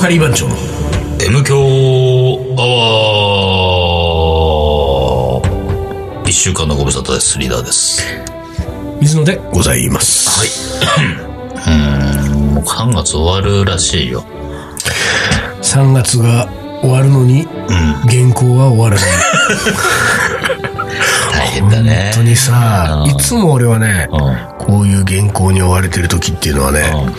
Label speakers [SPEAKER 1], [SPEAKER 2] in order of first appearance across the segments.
[SPEAKER 1] カリー番長の
[SPEAKER 2] M 強アワー一週間のご無沙汰です。リーダーです。
[SPEAKER 1] 水野でございます。
[SPEAKER 2] もう3月終わるらしいよ。
[SPEAKER 1] 3月が終わるのに、原稿は終わらない。
[SPEAKER 2] 大 変だね
[SPEAKER 1] 本。当にさ、いつも俺はね、
[SPEAKER 2] う
[SPEAKER 1] こういう原稿に追われてる時っていうのはね、
[SPEAKER 2] ん。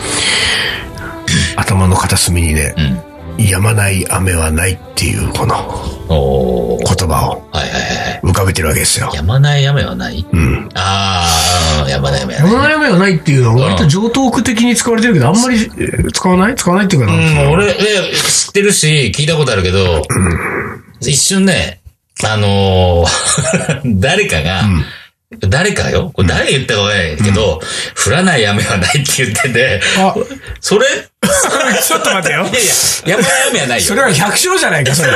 [SPEAKER 1] 頭の片隅にね、
[SPEAKER 2] うん。
[SPEAKER 1] 止まない雨はないっていうこの
[SPEAKER 2] うん。おー。
[SPEAKER 1] 言葉を
[SPEAKER 2] はいはいはいはい。
[SPEAKER 1] 浮かべてるわけですよ。
[SPEAKER 2] やまない雨はない
[SPEAKER 1] うん。
[SPEAKER 2] ああ、やまない雨は
[SPEAKER 1] 止
[SPEAKER 2] ない。
[SPEAKER 1] まない雨はないっていうのは割と常套句的に使われてるけど、あんまりえー使わない使わないっていうかな
[SPEAKER 2] うん、俺、ね、知ってるし、聞いたことあるけど、一瞬ね、あのー 誰かが、誰かよこれ誰が言ったかわかんないけど、降らない雨はないって言ってて、
[SPEAKER 1] あ、
[SPEAKER 2] それ、い
[SPEAKER 1] ちょっと待って よ。
[SPEAKER 2] やいや、やまない雨はないよ。
[SPEAKER 1] それは百姓じゃないか、 それ。そ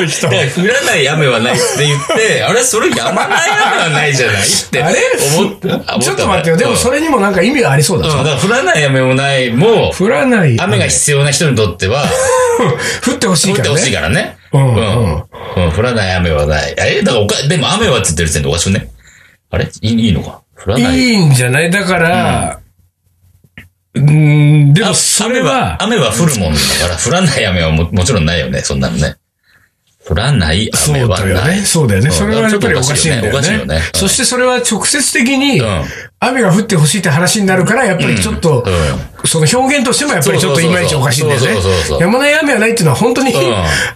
[SPEAKER 1] の人。
[SPEAKER 2] いや降らない雨はないって言って、あれ、それやまない雨はないじゃないって
[SPEAKER 1] あれ
[SPEAKER 2] 思った。
[SPEAKER 1] ちょっと待ってよ。でもそ
[SPEAKER 2] れ、
[SPEAKER 1] れにもなんか意味がありそうだ
[SPEAKER 2] うん、だ
[SPEAKER 1] ぞ。
[SPEAKER 2] から降らない雨もないも、
[SPEAKER 1] 降らない。
[SPEAKER 2] 雨が必要な人にとっては、
[SPEAKER 1] 降ってほしい
[SPEAKER 2] 降っ
[SPEAKER 1] か
[SPEAKER 2] て
[SPEAKER 1] ら
[SPEAKER 2] ほしい
[SPEAKER 1] ね。
[SPEAKER 2] からね。
[SPEAKER 1] うんうん。
[SPEAKER 2] うん。うん、降らない雨はない。え、だからおか、でも雨はって言ってる時点でおかしくね。あれいいいいのか降ら
[SPEAKER 1] い
[SPEAKER 2] ない。
[SPEAKER 1] いんじゃないだから、うん、でも
[SPEAKER 2] あ
[SPEAKER 1] それは、
[SPEAKER 2] 雨は、雨は降るもんだから、降らない雨はももちろんないよね、そんなのね。降らない
[SPEAKER 1] そう
[SPEAKER 2] 雨は
[SPEAKER 1] だよ
[SPEAKER 2] ない。
[SPEAKER 1] ね。そうだよね。それはやっぱりおかしいんだ
[SPEAKER 2] ちょっとおかしい
[SPEAKER 1] よ
[SPEAKER 2] よねお
[SPEAKER 1] ね
[SPEAKER 2] かしいよね。うん
[SPEAKER 1] そしてそれは直接的に
[SPEAKER 2] うん、
[SPEAKER 1] 雨が降ってほしいって話になるから、やっぱりちょっと
[SPEAKER 2] うんうん、
[SPEAKER 1] その表現としてもやっぱりちょっといまいちおかしいんだよね
[SPEAKER 2] そうそうそうそ。う
[SPEAKER 1] やまない雨はないっていうのは本当に
[SPEAKER 2] ん、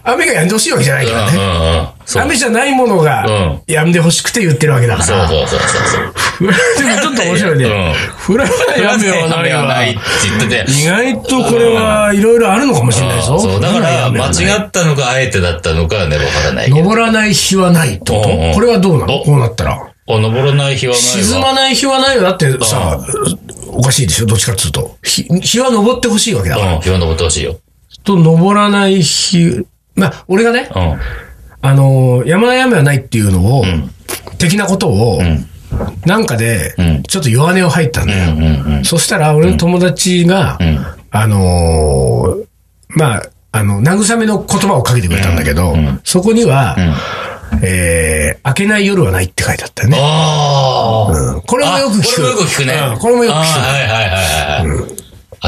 [SPEAKER 1] 雨がやんでほしいわけじゃないからね。
[SPEAKER 2] うんうんうん。そう
[SPEAKER 1] 雨じゃないものが、やんでほしくて言ってるわけだか
[SPEAKER 2] そ
[SPEAKER 1] ら。
[SPEAKER 2] うそうそうそう
[SPEAKER 1] でもちょっと面白いね。降ら
[SPEAKER 2] そう。
[SPEAKER 1] ない雨はない
[SPEAKER 2] 雨は
[SPEAKER 1] わ
[SPEAKER 2] ないって言ってて。
[SPEAKER 1] 意外とこれはいろいろあるのかもしれないぞ。
[SPEAKER 2] そう、だから、
[SPEAKER 1] っ
[SPEAKER 2] 間違ったのか、あえてだったのかはね、わからないけど。
[SPEAKER 1] 登らない日はないってこと、
[SPEAKER 2] うんうん
[SPEAKER 1] これはどうなの
[SPEAKER 2] お
[SPEAKER 1] こうなったら。
[SPEAKER 2] あ登らない日はないわ。
[SPEAKER 1] 沈まない日はないよ。だってさ、おかしいでしょどっちかっつうと。日日は登ってほしいわけだから。
[SPEAKER 2] うん、日は登ってほしいよ。
[SPEAKER 1] と、登らない日、まあ、俺がね、
[SPEAKER 2] うん。
[SPEAKER 1] あのー、山の山はないっていうのを、的なことを、
[SPEAKER 2] ん
[SPEAKER 1] なんかで
[SPEAKER 2] ん、
[SPEAKER 1] ちょっと弱音を吐いたんだよ。
[SPEAKER 2] うんうん
[SPEAKER 1] そしたら、俺の友達が、
[SPEAKER 2] ん
[SPEAKER 1] あのーまあ、あの、慰めの言葉をかけてくれたんだけど、そこには、えー、明けない夜はないって書いてあったよね。
[SPEAKER 2] ああ、
[SPEAKER 1] うんこれもよく聞く。
[SPEAKER 2] これもよく聞くね
[SPEAKER 1] うん。これもよく聞く
[SPEAKER 2] あーはいはいはいはい。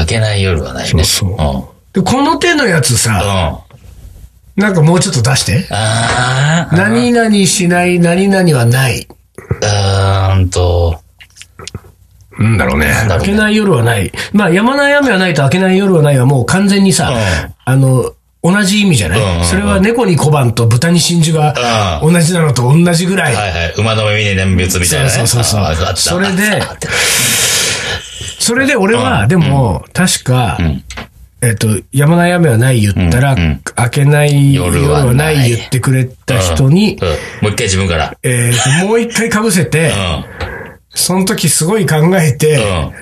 [SPEAKER 2] 明けない夜はないね。。
[SPEAKER 1] そうそうん
[SPEAKER 2] うん。
[SPEAKER 1] でこの手のやつさ、
[SPEAKER 2] あ
[SPEAKER 1] なんかもうちょっと出して。
[SPEAKER 2] あー、
[SPEAKER 1] 何々しない、何々はない。
[SPEAKER 2] うーんと、
[SPEAKER 1] なんだろうね。
[SPEAKER 2] だろ
[SPEAKER 1] 明
[SPEAKER 2] うね
[SPEAKER 1] けない夜はない。まあ、やまない雨はないと明けない夜はないはもう完全にさ、
[SPEAKER 2] うん
[SPEAKER 1] あの、同じ意味じゃない、
[SPEAKER 2] うんうんうん
[SPEAKER 1] それは猫に小判と豚に真珠が同じなのと同じぐらい。
[SPEAKER 2] はいはい。馬の耳に念仏みたいなね。
[SPEAKER 1] そうそうそうそう
[SPEAKER 2] あーあった
[SPEAKER 1] それで
[SPEAKER 2] あったあった
[SPEAKER 1] それで俺は、でも、確か、えっと、やまない雨はない言ったら、
[SPEAKER 2] うんうん
[SPEAKER 1] 明けない夜
[SPEAKER 2] 夜はない
[SPEAKER 1] はない言ってくれた人に、
[SPEAKER 2] うんもう一回自分から。
[SPEAKER 1] えーともう一回被せて、
[SPEAKER 2] う
[SPEAKER 1] その時すごい考えて、
[SPEAKER 2] ん。うん。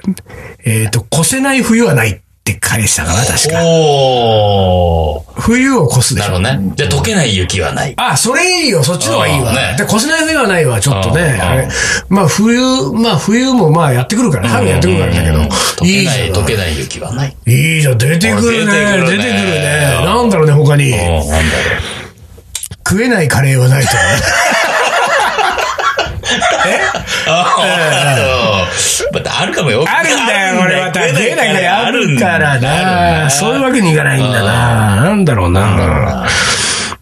[SPEAKER 1] えっ、と、越せない冬はないって返したかな、確か。
[SPEAKER 2] おー。
[SPEAKER 1] 冬を越すで
[SPEAKER 2] な
[SPEAKER 1] し
[SPEAKER 2] る
[SPEAKER 1] ょ
[SPEAKER 2] ほど。ね。じゃあ溶けない雪はない。
[SPEAKER 1] あ、それいいよ、そっちの方がいいわ。
[SPEAKER 2] うんね
[SPEAKER 1] で、越せない冬はないわ、ちょっとね。
[SPEAKER 2] うん
[SPEAKER 1] あれ。まあ、冬、まあ、冬もまあ、やってくるから、春やってくるからだけ
[SPEAKER 2] うんうんうん
[SPEAKER 1] ど。
[SPEAKER 2] 溶
[SPEAKER 1] い
[SPEAKER 2] け
[SPEAKER 1] い
[SPEAKER 2] な
[SPEAKER 1] じ
[SPEAKER 2] い、
[SPEAKER 1] ゃ
[SPEAKER 2] 溶
[SPEAKER 1] ん。
[SPEAKER 2] けない雪はない。
[SPEAKER 1] いいじゃん、出てくるね。出てくる
[SPEAKER 2] 出てくるね
[SPEAKER 1] ね。
[SPEAKER 2] うん
[SPEAKER 1] なんだろうね、他に。
[SPEAKER 2] うん、なんだろう。
[SPEAKER 1] 食えないカレーはないとかね。
[SPEAKER 2] ああ、またあるかもよ。
[SPEAKER 1] あるんだ よ、これまた。食えないカレーあるから
[SPEAKER 2] あるん
[SPEAKER 1] な。
[SPEAKER 2] だ
[SPEAKER 1] そういうわけにいかないんだな。なんだろうな。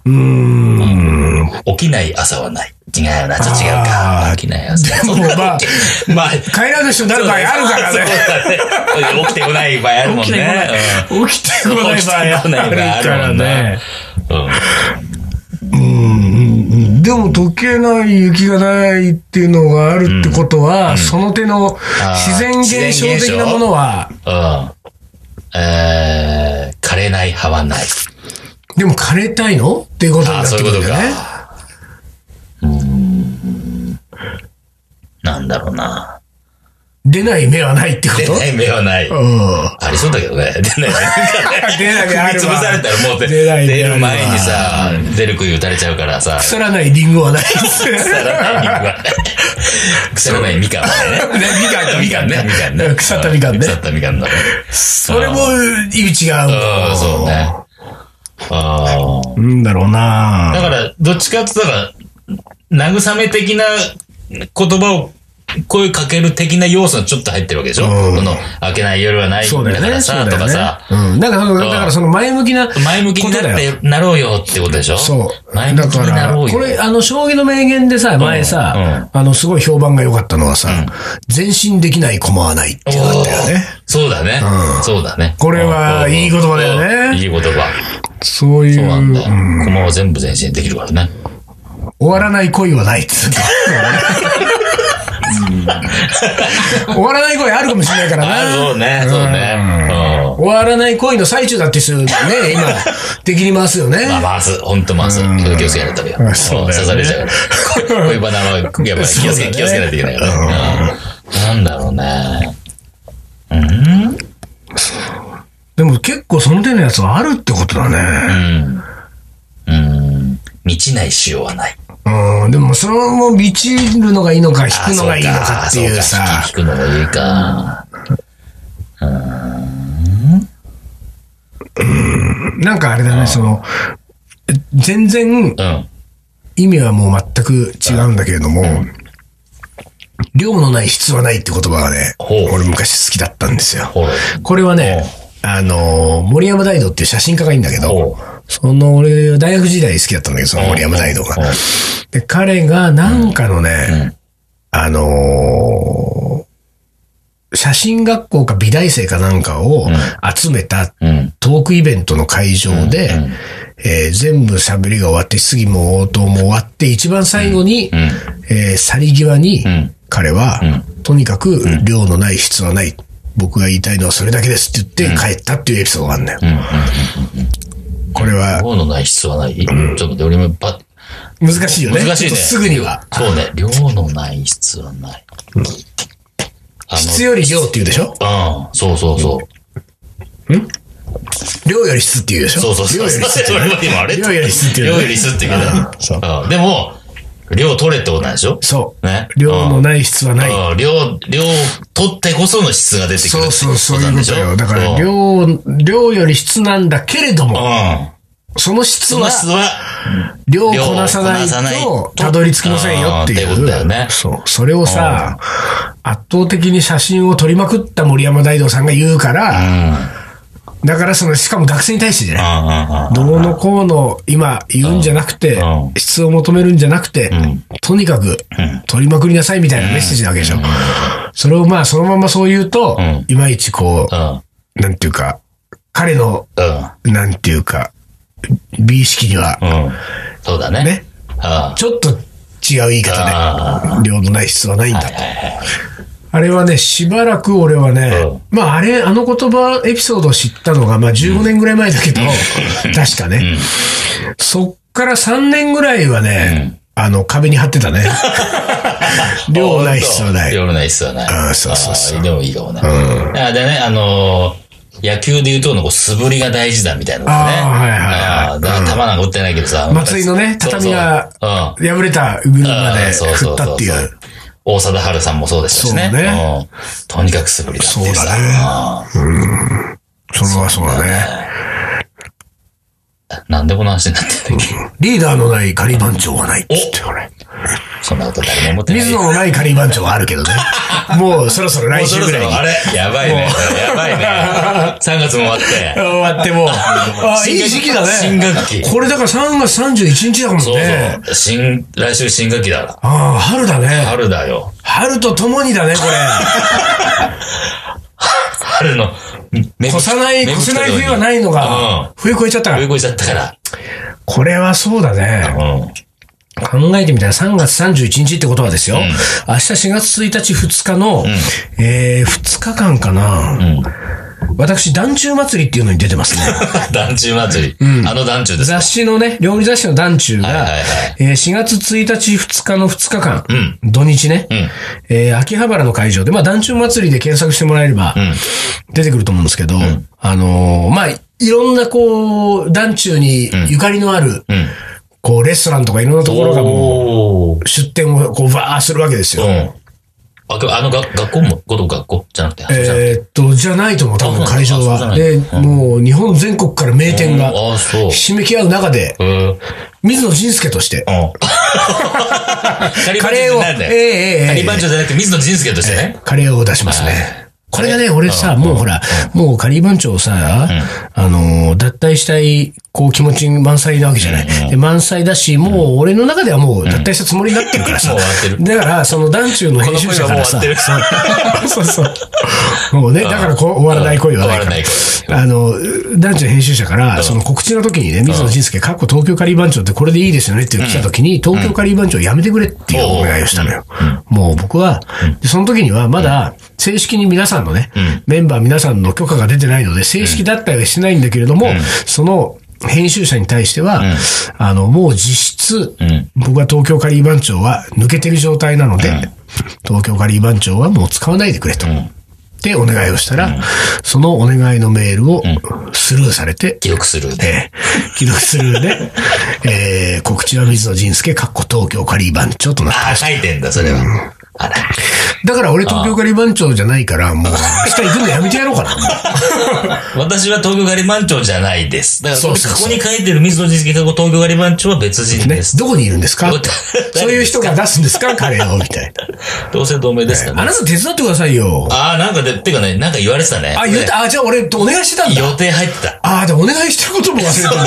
[SPEAKER 1] うーん。
[SPEAKER 2] 起きない朝はない。違うな、ちょっと違う
[SPEAKER 1] あー
[SPEAKER 2] か。起きない朝。
[SPEAKER 1] でも
[SPEAKER 2] そんな
[SPEAKER 1] まあ
[SPEAKER 2] 起き まあ、
[SPEAKER 1] 帰らぬ人になる場合あるからね。
[SPEAKER 2] そうだね起きてこない場合あるもんね。
[SPEAKER 1] 起きてこない起きてこない場合あるからね。
[SPEAKER 2] うん。
[SPEAKER 1] でも溶けない雪がないっていうのがあるってことは、その手の自然現象的なものは、
[SPEAKER 2] うん。えー、枯れない葉はない。
[SPEAKER 1] でも枯れたいのっていうことに
[SPEAKER 2] あ
[SPEAKER 1] な
[SPEAKER 2] あ、
[SPEAKER 1] っ
[SPEAKER 2] そ
[SPEAKER 1] て
[SPEAKER 2] う
[SPEAKER 1] く
[SPEAKER 2] い
[SPEAKER 1] る
[SPEAKER 2] うんこ
[SPEAKER 1] だ
[SPEAKER 2] と
[SPEAKER 1] よね。
[SPEAKER 2] か。うーん。なんだろうな。
[SPEAKER 1] 出ない目はないってこと
[SPEAKER 2] 出ない目はない。
[SPEAKER 1] うん。
[SPEAKER 2] ありそうだけどね。出な い目なんかね
[SPEAKER 1] 出ない目あるわ
[SPEAKER 2] 踏み 潰されたらもう出
[SPEAKER 1] 出ない目
[SPEAKER 2] 出
[SPEAKER 1] あるわ
[SPEAKER 2] る前にさ、出る杭打たれちゃうからさ、
[SPEAKER 1] 腐らないリンゴはない。
[SPEAKER 2] 腐ら ない肉は。腐らないみかんはね。
[SPEAKER 1] ねみかん
[SPEAKER 2] みかんね。みかん
[SPEAKER 1] う
[SPEAKER 2] ね。
[SPEAKER 1] ん腐ったみかんね
[SPEAKER 2] 腐ったみかんだね。
[SPEAKER 1] それも意味違う
[SPEAKER 2] ああ、そうね。ああ。
[SPEAKER 1] なんだろう
[SPEAKER 2] だ
[SPEAKER 1] な
[SPEAKER 2] から、どっちかって言ったら、慰め的な言葉を、声かける的な要素がちょっと入ってるわけでしょ、
[SPEAKER 1] うん
[SPEAKER 2] この、明けない夜はないん
[SPEAKER 1] そうだ
[SPEAKER 2] だ
[SPEAKER 1] よ
[SPEAKER 2] か
[SPEAKER 1] ね。
[SPEAKER 2] ら
[SPEAKER 1] そうだ
[SPEAKER 2] さ、と
[SPEAKER 1] よ
[SPEAKER 2] か
[SPEAKER 1] ね
[SPEAKER 2] さ、。
[SPEAKER 1] うん。だから、だからその前向きな。
[SPEAKER 2] 前向きにな
[SPEAKER 1] こと
[SPEAKER 2] っ
[SPEAKER 1] だよ
[SPEAKER 2] て、なろうよってことでしょ
[SPEAKER 1] そう。
[SPEAKER 2] 前向きになろうよ。
[SPEAKER 1] これ、あの、将棋の名言でさ、前さ、あの、すごい評判が良かったのはさ、前進できない駒はないっていうのがあったよね。
[SPEAKER 2] おーそうだね、そうだね。
[SPEAKER 1] これは
[SPEAKER 2] うん
[SPEAKER 1] いい言葉だよね
[SPEAKER 2] いい言葉。
[SPEAKER 1] そういう
[SPEAKER 2] そうなんだよ。
[SPEAKER 1] うん
[SPEAKER 2] 駒は全部前進できるからね。
[SPEAKER 1] 終わらない恋はないっ つって終わらない恋あるかもしれないから
[SPEAKER 2] あ
[SPEAKER 1] な。
[SPEAKER 2] そうね、そうね。うん
[SPEAKER 1] 終わらない恋の最中だって人ね、今、敵に回すよね。
[SPEAKER 2] まあ、回す。ほんと回す。気をつけないとダメよ。
[SPEAKER 1] うん そうだよね
[SPEAKER 2] 刺されちゃうから。恋バナは、やっぱり気をつ
[SPEAKER 1] そうだ
[SPEAKER 2] け、
[SPEAKER 1] ね
[SPEAKER 2] 気をつけないといけないから。うんなんだろうね。
[SPEAKER 1] でも結構その手のやつはあるってことだね。
[SPEAKER 2] うん。満ちない塩はない。
[SPEAKER 1] うん、でもそのまま満ちるのがいいのか、引くのがいいのかっていう
[SPEAKER 2] あ
[SPEAKER 1] さ
[SPEAKER 2] そ。うか引くのがいいか。
[SPEAKER 1] なんかあれだね、その、全然
[SPEAKER 2] うん。
[SPEAKER 1] 意味はもう全く違うんだけれども、量のない質はないって言葉がね、
[SPEAKER 2] ほう
[SPEAKER 1] 俺昔好きだったんですよ。
[SPEAKER 2] ほら。
[SPEAKER 1] これはね、あのー、森山大道っていう写真家がいいんだけど
[SPEAKER 2] ほ、
[SPEAKER 1] その俺、大学時代好きだったんだけど、その森山大道が
[SPEAKER 2] ほう。
[SPEAKER 1] で、彼がなんかのね、あのー、写真学校か美大生かなんかを集めた
[SPEAKER 2] うん。
[SPEAKER 1] トークイベントの会場で、えー全部喋りが終わって、質疑も応答も終わって、一番最後に、
[SPEAKER 2] うん。
[SPEAKER 1] えー去り際に
[SPEAKER 2] ん、
[SPEAKER 1] 彼は、とにかく量のない質はない。僕が言いたいのはそれだけですって言って帰ったっていうエピソードがあるんだよ。これは
[SPEAKER 2] 量のない質はない。ちょっと待って、俺もパッ
[SPEAKER 1] 難しいよね。
[SPEAKER 2] 難しいね
[SPEAKER 1] ちょっとすぐには。
[SPEAKER 2] そうね。量のない質はない。あ
[SPEAKER 1] 質より量って言うでしょ
[SPEAKER 2] の、うん。そうそうそう。
[SPEAKER 1] 量より質って言うでしょ
[SPEAKER 2] そうそうそ
[SPEAKER 1] 量
[SPEAKER 2] う。
[SPEAKER 1] より質って
[SPEAKER 2] そ
[SPEAKER 1] 言う
[SPEAKER 2] れ
[SPEAKER 1] でし
[SPEAKER 2] も今あれ
[SPEAKER 1] 量より質って言う
[SPEAKER 2] 量
[SPEAKER 1] ね
[SPEAKER 2] より質って言うけど
[SPEAKER 1] そう
[SPEAKER 2] うんでも、量取れってことなんでしょ
[SPEAKER 1] ょそう。
[SPEAKER 2] ね。
[SPEAKER 1] 量のない質はない。
[SPEAKER 2] うん量、量取ってこその質が出てくる
[SPEAKER 1] そうそう、そう
[SPEAKER 2] って
[SPEAKER 1] いう
[SPEAKER 2] なん
[SPEAKER 1] こ
[SPEAKER 2] でし
[SPEAKER 1] と
[SPEAKER 2] ょ
[SPEAKER 1] よ。だから、
[SPEAKER 2] うん。
[SPEAKER 1] 量、量より質なんだけれども、
[SPEAKER 2] うん
[SPEAKER 1] その質
[SPEAKER 2] その
[SPEAKER 1] は
[SPEAKER 2] 質は、
[SPEAKER 1] 量をこなさないと、たどり着きませんよっていう。
[SPEAKER 2] あーってことだよね
[SPEAKER 1] そう。それをさ、圧倒的に写真を撮りまくった森山大道さんが言うか
[SPEAKER 2] う
[SPEAKER 1] ら、
[SPEAKER 2] ん。うん
[SPEAKER 1] だからその、しかも学生に対してじゃない。
[SPEAKER 2] う
[SPEAKER 1] どうのこうの、今言うんじゃなくて
[SPEAKER 2] うん、
[SPEAKER 1] 質を求めるんじゃなくて、とにかく、撮りまくりなさいみたいなメッセージなわけでしょ。それをまあ、そのままそう言うと
[SPEAKER 2] ん、
[SPEAKER 1] いまいちこ
[SPEAKER 2] んうん。
[SPEAKER 1] う、なんていうか、彼の、
[SPEAKER 2] うん。
[SPEAKER 1] なんていうか、美意識には、
[SPEAKER 2] うん。そうだね。
[SPEAKER 1] ね
[SPEAKER 2] うん。あ
[SPEAKER 1] ちょっと違う言い方ね。
[SPEAKER 2] あ。
[SPEAKER 1] 量のない質はないんだと。
[SPEAKER 2] はいはい
[SPEAKER 1] あれはね、しばらく俺はね、
[SPEAKER 2] う
[SPEAKER 1] まああれ、あの言葉エピソードを知ったのが、まあ15年ぐらい前だけど、 確かね、そっから3年ぐらいはね、あの壁に貼ってた ね。量のない質はない。
[SPEAKER 2] 量のない必要はない。
[SPEAKER 1] あーそうそうそう
[SPEAKER 2] あーでもいいかもね。あーでね、あのー、野球で言うと、こう素振りが大事だみたいなことね。
[SPEAKER 1] あーはいはいはい
[SPEAKER 2] あーだから球なんか打ってないけどさ。
[SPEAKER 1] 松井のね、
[SPEAKER 2] そうそう
[SPEAKER 1] 畳が
[SPEAKER 2] うん。
[SPEAKER 1] 破れた群馬
[SPEAKER 2] あ
[SPEAKER 1] で
[SPEAKER 2] ーそう
[SPEAKER 1] 振
[SPEAKER 2] そうそう
[SPEAKER 1] ったってい
[SPEAKER 2] そう
[SPEAKER 1] う。
[SPEAKER 2] 大貞治さんもそうでしたしね。
[SPEAKER 1] そうね
[SPEAKER 2] うんとにかく素振りだっていうさ。
[SPEAKER 1] そうだね
[SPEAKER 2] あー
[SPEAKER 1] それはそうだね。
[SPEAKER 2] なんでこの話になってんだっけ
[SPEAKER 1] リーダーのない仮番長はないっつって俺。
[SPEAKER 2] そんなこと誰も思ってない。
[SPEAKER 1] 水野のない仮番長はあるけど ね。もうそろそろ来週ぐらいに。
[SPEAKER 2] あれやばいね。やばいね。3月 も終わって。
[SPEAKER 1] 終わって もう。あいい時期だね。
[SPEAKER 2] 新学期
[SPEAKER 1] これだから3月31日だもんね。
[SPEAKER 2] そうそう。新、来週新学期だ。
[SPEAKER 1] ああ、春だね。
[SPEAKER 2] 春だよ。
[SPEAKER 1] 春と共にだね、こ れ。
[SPEAKER 2] 春の、め
[SPEAKER 1] 越さない、越せない冬はないの
[SPEAKER 2] うん
[SPEAKER 1] が、冬越えちゃったか
[SPEAKER 2] 冬
[SPEAKER 1] ら。
[SPEAKER 2] 越えちゃったから。
[SPEAKER 1] これはそうだね。
[SPEAKER 2] うん。
[SPEAKER 1] 考えてみたら3月31日ってことはですよ。明日4月1日2日の、えー、2日間かな。私、団中祭りっていうのに出てますね。
[SPEAKER 2] 団中祭り。あの団中です。
[SPEAKER 1] 雑誌のね、料理雑誌の団中が、
[SPEAKER 2] はいはいはい
[SPEAKER 1] えー4月1日、2日の2日間、
[SPEAKER 2] ん
[SPEAKER 1] 土日ね、
[SPEAKER 2] ん
[SPEAKER 1] えー秋葉原の会場で、まあ、団中祭りで検索してもらえれば、出てくると思うんですけど、あのーまあ、いろんなこう、団中にゆかりのある、
[SPEAKER 2] ん
[SPEAKER 1] こう、レストランとかいろんなところがも
[SPEAKER 2] おー
[SPEAKER 1] う、出店をこう、わーするわけですよ。
[SPEAKER 2] うん。あくあのが学校も、ごと学校じゃなくて。
[SPEAKER 1] えーっと、じゃないと思う、多分会場
[SPEAKER 2] あそうな
[SPEAKER 1] は。
[SPEAKER 2] んだ
[SPEAKER 1] で、もう日本全国から名店が、
[SPEAKER 2] ああ、そう。
[SPEAKER 1] ひしめき合う中で、
[SPEAKER 2] え ー、うん。
[SPEAKER 1] 水野仁介として、
[SPEAKER 2] カ
[SPEAKER 1] カレーを、ええええええ
[SPEAKER 2] カリバンチョじゃなくて水野仁介としてね。
[SPEAKER 1] カレーを出しますね。これがね、俺さ、もうほら、もうカリー番長をさ、あのー、脱退したい、こう気持ち満載なわけじゃない。で満載だし、もう俺の中ではもう脱退したつもりになってるからさ。
[SPEAKER 2] もう終わって
[SPEAKER 1] だから、その団中の編集者からさ
[SPEAKER 2] この、恋
[SPEAKER 1] そうそうそう。もうね、だからこう終わらない恋はないから。
[SPEAKER 2] 終
[SPEAKER 1] あの、団地の編集者から、その告知の時にね、水野仁介、かっこ東京カリー番長ってこれでいいですよねって来た時に、東京カリー番長やめてくれっていうお願いをしたのよ。もう僕は、でその時にはまだ正式に皆さんのね、メンバー皆さんの許可が出てないので、正式脱退はしてないんだけれども、その、編集者に対しては、あの、もう実質、
[SPEAKER 2] ん
[SPEAKER 1] 僕は東京カリー番長は抜けてる状態なので、東京カリー番長はもう使わないでくれと。で、お願いをしたら、そのお願いのメールをスルーされて、
[SPEAKER 2] 記録する。
[SPEAKER 1] えー既読スルーで、えー告知は水野仁介、かっこ東京カリー番長となった。
[SPEAKER 2] あ、書いてんだ、それは。あら。
[SPEAKER 1] だから俺東京カリー番長じゃないから、もう、明日行くのやめてやろうかな。も
[SPEAKER 2] 私は東京ガリバン長じゃないです。だから、
[SPEAKER 1] そ
[SPEAKER 2] こ
[SPEAKER 1] うそうそう
[SPEAKER 2] こに書いてる水野仁介過去東京ガリバン長は別人
[SPEAKER 1] うね
[SPEAKER 2] です。
[SPEAKER 1] どこにいるんですか
[SPEAKER 2] ど誰
[SPEAKER 1] そういう人が出すんです かカレーを、みたいな。
[SPEAKER 2] 同姓同名ですか
[SPEAKER 1] あ
[SPEAKER 2] ね。
[SPEAKER 1] なた手伝ってくださいよ。
[SPEAKER 2] ああ、なんかで、てかね、なんか言われてたね。
[SPEAKER 1] あ、言う
[SPEAKER 2] ね
[SPEAKER 1] た、あ、じゃあ俺、お願いしてたんだ。
[SPEAKER 2] 予定入ってた。
[SPEAKER 1] あ、でもお願いしてることも忘れて
[SPEAKER 2] そう
[SPEAKER 1] た。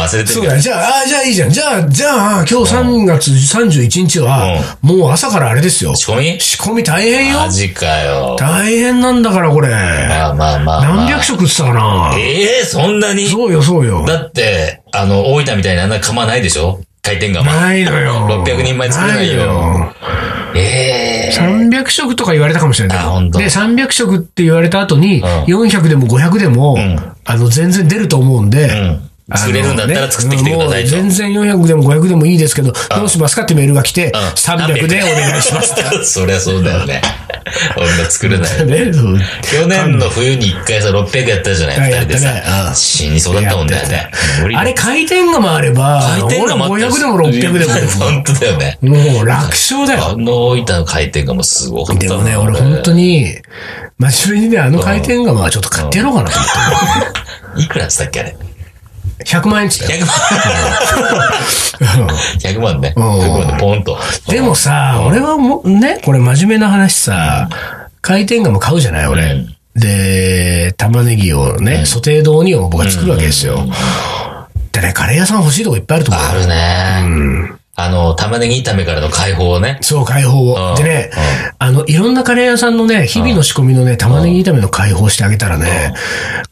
[SPEAKER 2] 忘れてる
[SPEAKER 1] そう
[SPEAKER 2] け
[SPEAKER 1] だ
[SPEAKER 2] ど
[SPEAKER 1] ね。じゃあ、あじゃあいいじゃん。じゃあ、じゃあ、今日3月31日は、もう朝からあれですよ。
[SPEAKER 2] 仕込み
[SPEAKER 1] 仕込み大変よ
[SPEAKER 2] マ。ジかよ。
[SPEAKER 1] 大変なんだから、これ。
[SPEAKER 2] まあまあまあ、まあ。
[SPEAKER 1] 何百食って言ってたかな。
[SPEAKER 2] ええそんなに
[SPEAKER 1] そうよ、そうよ。
[SPEAKER 2] だって、あの、大分みたいなあんな釜ないでしょ回転釜。
[SPEAKER 1] ないのよ。
[SPEAKER 2] 600人前作れないよ
[SPEAKER 1] なのよ。
[SPEAKER 2] ええ
[SPEAKER 1] 300食とか言われたかもしれない。
[SPEAKER 2] あほんと
[SPEAKER 1] で、300食って言われた後に、400でも500でも、あの、全然出ると思うんで、
[SPEAKER 2] ん
[SPEAKER 1] あの
[SPEAKER 2] 作れるんだったら作ってきてくださいと
[SPEAKER 1] ねもう全然400でも500でもいいですけど、どうしますかってメールが来て、300でお願いします。
[SPEAKER 2] す。 そりゃそうだよね。俺が作れない。
[SPEAKER 1] ね、そう
[SPEAKER 2] 去年の冬に一回さ、600やったじゃない
[SPEAKER 1] やっ
[SPEAKER 2] 二人で
[SPEAKER 1] たねう
[SPEAKER 2] さ。
[SPEAKER 1] ん
[SPEAKER 2] 死にそうだったもんだよね。無理だ
[SPEAKER 1] あれ、回転が回れば、
[SPEAKER 2] 回転が
[SPEAKER 1] 俺
[SPEAKER 2] 回って
[SPEAKER 1] 500でも600で
[SPEAKER 2] 本当だよね。
[SPEAKER 1] も、もう楽勝だよ。
[SPEAKER 2] あの大分の回転がもうすごかった
[SPEAKER 1] で
[SPEAKER 2] な。
[SPEAKER 1] もね、俺本当に、真面目にね、あの回転釜はちょっと買ってやろうかなと思っ
[SPEAKER 2] いくらしたっけあれ。
[SPEAKER 1] て。100万円っつったよ。
[SPEAKER 2] 100万。100万ね。100
[SPEAKER 1] ん
[SPEAKER 2] 万でポンと。
[SPEAKER 1] でもさ、俺はもう、ね、これ真面目な話さ、回転釜買うじゃない、
[SPEAKER 2] う
[SPEAKER 1] 俺。で、玉ねぎをね、ソテードオニオンを僕は作るわけですよ。でね、カレー屋さん欲しいとこいっぱいあると思う
[SPEAKER 2] あ
[SPEAKER 1] よ。
[SPEAKER 2] るね。あの、玉ねぎ炒めからの解放をね。
[SPEAKER 1] そう、解放
[SPEAKER 2] うん
[SPEAKER 1] を。でね
[SPEAKER 2] う、
[SPEAKER 1] あの、いろんなカレー屋さんのね、日々の仕込みのね、玉ねぎ炒めの解放してあげたらね、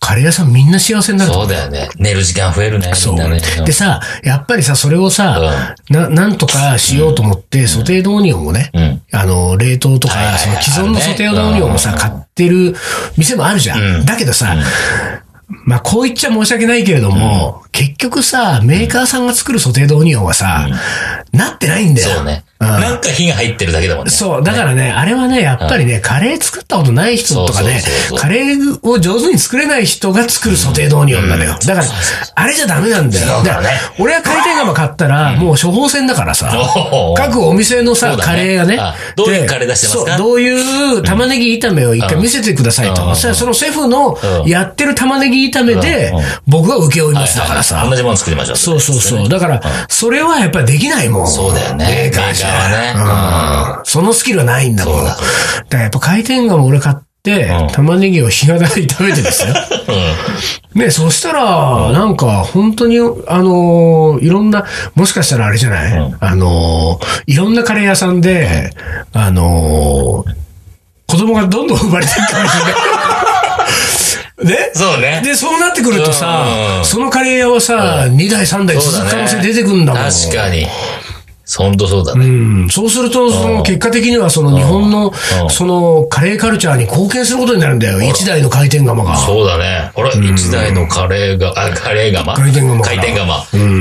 [SPEAKER 1] カレー屋さんみんな幸せになると思う
[SPEAKER 2] そうだよね。寝る時間増えるね。
[SPEAKER 1] そ
[SPEAKER 2] みんなね
[SPEAKER 1] う。でさ、やっぱりさ、それをさ、な、なんとかしようと思って、ソテードオニオンをね
[SPEAKER 2] ん、
[SPEAKER 1] あの、冷凍と
[SPEAKER 2] はいは
[SPEAKER 1] か、
[SPEAKER 2] い
[SPEAKER 1] その既存のソテードオニオンをさ、
[SPEAKER 2] ある
[SPEAKER 1] 買ってる店もあるじゃん。だけどさ、まあ、こう言っちゃ申し訳ないけれども、結局さ、メーカーさんが作るソテードオニオンはさ、なってないんだよ。
[SPEAKER 2] そうね。
[SPEAKER 1] うん
[SPEAKER 2] なんか火が入ってるだけだもんね。
[SPEAKER 1] そう、だからね、あれはね、やっぱりね、カレー作ったことない人とかね
[SPEAKER 2] そうそうそうそう、
[SPEAKER 1] カレーを上手に作れない人が作るソテードオニオンなのよ。だから、あれじゃダメなんだよ。
[SPEAKER 2] そうだね
[SPEAKER 1] から俺は回転釜買ったら、もう処方箋だからさ、
[SPEAKER 2] おお
[SPEAKER 1] 各お店の
[SPEAKER 2] そ
[SPEAKER 1] さ、
[SPEAKER 2] うだね
[SPEAKER 1] カレーがね
[SPEAKER 2] あ、どういうカレー出してますか
[SPEAKER 1] そう、どういう玉ねぎ炒めを一回見せてくださいと。
[SPEAKER 2] うん
[SPEAKER 1] そしたらそのシェフの
[SPEAKER 2] うん
[SPEAKER 1] やってる玉ねぎ炒めで
[SPEAKER 2] うんうん、
[SPEAKER 1] 僕は請け負いますだからさ。
[SPEAKER 2] 同じもの作りましょう。
[SPEAKER 1] そうそうそう。だから、それはやっぱりできないもん。
[SPEAKER 2] そうだよね
[SPEAKER 1] メーカーじゃ
[SPEAKER 2] メーカーは
[SPEAKER 1] うんそのスキルはないんだもん。
[SPEAKER 2] そう
[SPEAKER 1] だ
[SPEAKER 2] だ
[SPEAKER 1] からやっぱ回転が俺買って
[SPEAKER 2] うん、
[SPEAKER 1] 玉ねぎをひなだで炒めてですよ。ね、そしたら、なんか、本当に、あのーいろんな、もしかしたらあれじゃない、
[SPEAKER 2] うん
[SPEAKER 1] あのーいろんなカレー屋さんで、あのー子供がどんどん生まれていくかもしれない。ね
[SPEAKER 2] そうね。
[SPEAKER 1] で、そうなってくるとさ
[SPEAKER 2] う、ん
[SPEAKER 1] そのカレー屋はさ、2代、3代
[SPEAKER 2] そう
[SPEAKER 1] 続
[SPEAKER 2] だね
[SPEAKER 1] く可能性出てくるんだもん。
[SPEAKER 2] 確かに。ほんとそうだ
[SPEAKER 1] う
[SPEAKER 2] ね。
[SPEAKER 1] ん、そうすると、その結果的にはその日本のそのカレーカルチャーに貢献することになるんだよ。一台の回転釜が。
[SPEAKER 2] そうだね。あれ、一台のカレーが、あ、カレー釜
[SPEAKER 1] 回転釜か
[SPEAKER 2] 回転釜。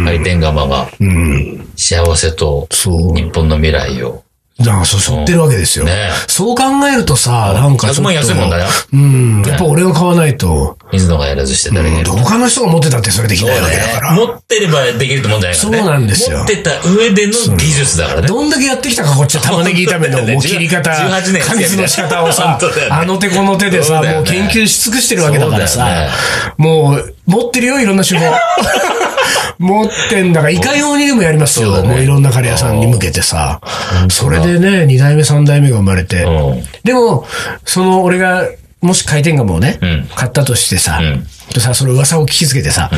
[SPEAKER 2] 回転釜が、
[SPEAKER 1] うん。
[SPEAKER 2] 幸せと、
[SPEAKER 1] そう。
[SPEAKER 2] 日本の未来を。
[SPEAKER 1] だからそそってるわけですよ。
[SPEAKER 2] ね
[SPEAKER 1] そう考えるとさ、なんかちょっと。
[SPEAKER 2] 100万安いもんだよ。
[SPEAKER 1] うん。やっぱ俺が買わないと、
[SPEAKER 2] 水野がやらずして誰がやる
[SPEAKER 1] どう他の人が持ってたってそれできないわけだから。
[SPEAKER 2] 持ってればできるってもんじゃないからね。
[SPEAKER 1] そうなんですよ
[SPEAKER 2] 持ってた上での技術だからね。
[SPEAKER 1] どんだけやってきたか、こっちは玉ねぎ炒め のもう切り方、
[SPEAKER 2] 18年
[SPEAKER 1] 加熱の仕方をさ
[SPEAKER 2] 本当だ、よね
[SPEAKER 1] あの手この手で
[SPEAKER 2] そ
[SPEAKER 1] さ、
[SPEAKER 2] うだよね
[SPEAKER 1] もう研究し尽くしてるわけだから
[SPEAKER 2] そうだよ
[SPEAKER 1] さ
[SPEAKER 2] ね、
[SPEAKER 1] もう持ってるよ、いろんな 手法。持ってんだから、いかようにでもやりますよ。
[SPEAKER 2] そうだね
[SPEAKER 1] もういろんなカレー屋さんに向けてさ。それでね、二代目、三代目が生まれて。
[SPEAKER 2] うん
[SPEAKER 1] でも、その俺が、もし回転釜をね、
[SPEAKER 2] うん
[SPEAKER 1] 買ったとしてさ、
[SPEAKER 2] うん
[SPEAKER 1] とさ、その噂を聞きつけてさ、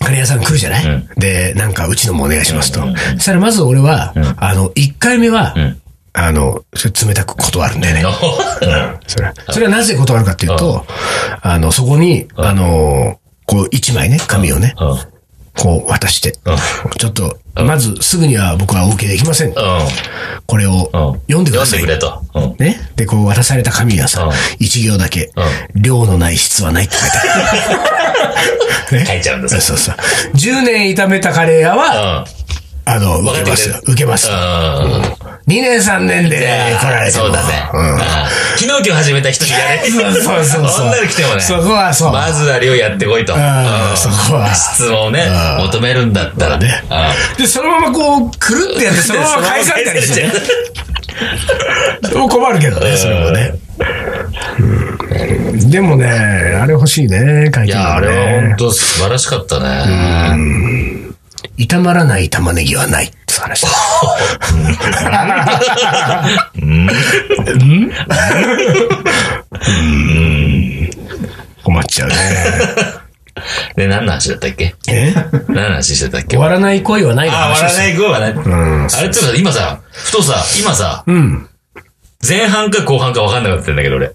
[SPEAKER 1] カレー屋さん来るじゃない、
[SPEAKER 2] ん
[SPEAKER 1] で、なんかうちのもお願いしますと。そしたらまず俺は、あの、1回目は、
[SPEAKER 2] ん
[SPEAKER 1] あの、それ冷たく断るんだよね。
[SPEAKER 2] うん
[SPEAKER 1] それはそれはなぜ断るかっていうと、あの、そこに、あの、こう、一枚ね、紙をね、
[SPEAKER 2] うん
[SPEAKER 1] こう渡して、
[SPEAKER 2] う
[SPEAKER 1] ちょっと、まずすぐには僕はお受けできません。これを
[SPEAKER 2] うん。うん。
[SPEAKER 1] 読んでください。
[SPEAKER 2] 読んでくれと。うん。
[SPEAKER 1] ね。で、こう渡された紙がさ
[SPEAKER 2] うん、
[SPEAKER 1] 一行だけ、量のない質はないって書い てある。ね
[SPEAKER 2] 書いちゃうんだ
[SPEAKER 1] そ
[SPEAKER 2] そうれ
[SPEAKER 1] そうそう。10年炒めたカレー屋は、あの、
[SPEAKER 2] 分
[SPEAKER 1] 受
[SPEAKER 2] か
[SPEAKER 1] け
[SPEAKER 2] ってく
[SPEAKER 1] ます
[SPEAKER 2] れる
[SPEAKER 1] よ。受けます。2
[SPEAKER 2] うん。うん。
[SPEAKER 1] 年3年でね来られても
[SPEAKER 2] そうだね。
[SPEAKER 1] うん
[SPEAKER 2] ああ昨日今日始めた人にやれ。
[SPEAKER 1] そうそうそうそう
[SPEAKER 2] 女で来てもね。
[SPEAKER 1] そこはそう
[SPEAKER 2] まずは量やってこいと。
[SPEAKER 1] ん
[SPEAKER 2] うん
[SPEAKER 1] そこは
[SPEAKER 2] 質問をね、
[SPEAKER 1] うん
[SPEAKER 2] 求めるんだったら
[SPEAKER 1] ね
[SPEAKER 2] ね。
[SPEAKER 1] で、そのままこう、くるってやって、その まま返されたりしてね。それも困るけどね、それもね。うんでもね、あれ欲しいね、書い
[SPEAKER 2] い
[SPEAKER 1] て
[SPEAKER 2] や、あ
[SPEAKER 1] ある
[SPEAKER 2] れは
[SPEAKER 1] ね
[SPEAKER 2] 本。当素晴らしかったね。
[SPEAKER 1] 炒まらない玉ねぎはないって話だ。困っちゃうね。
[SPEAKER 2] で、何の話だったっけ
[SPEAKER 1] え
[SPEAKER 2] 何の話してたっけ
[SPEAKER 1] 終わらない恋はないの
[SPEAKER 2] あ、
[SPEAKER 1] 話で
[SPEAKER 2] 笑わ
[SPEAKER 1] す
[SPEAKER 2] ない声はね。あれってさ、今さ、ふとさ、今さ、
[SPEAKER 1] ん
[SPEAKER 2] 前半か後半か分かんなかったんだけど、俺。